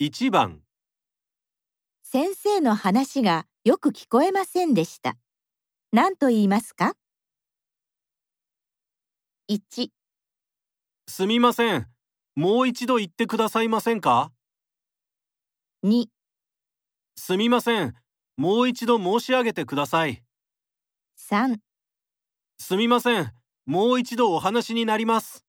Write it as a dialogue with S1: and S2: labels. S1: 1番
S2: 先生の話がよく聞こえませんでした。何と言いますか ?1、
S1: すみませんもう一度言ってくださいませんか
S2: 2、
S1: すみませんもう一度申し上げてください
S2: 3。
S1: すみませんもう一度お話になります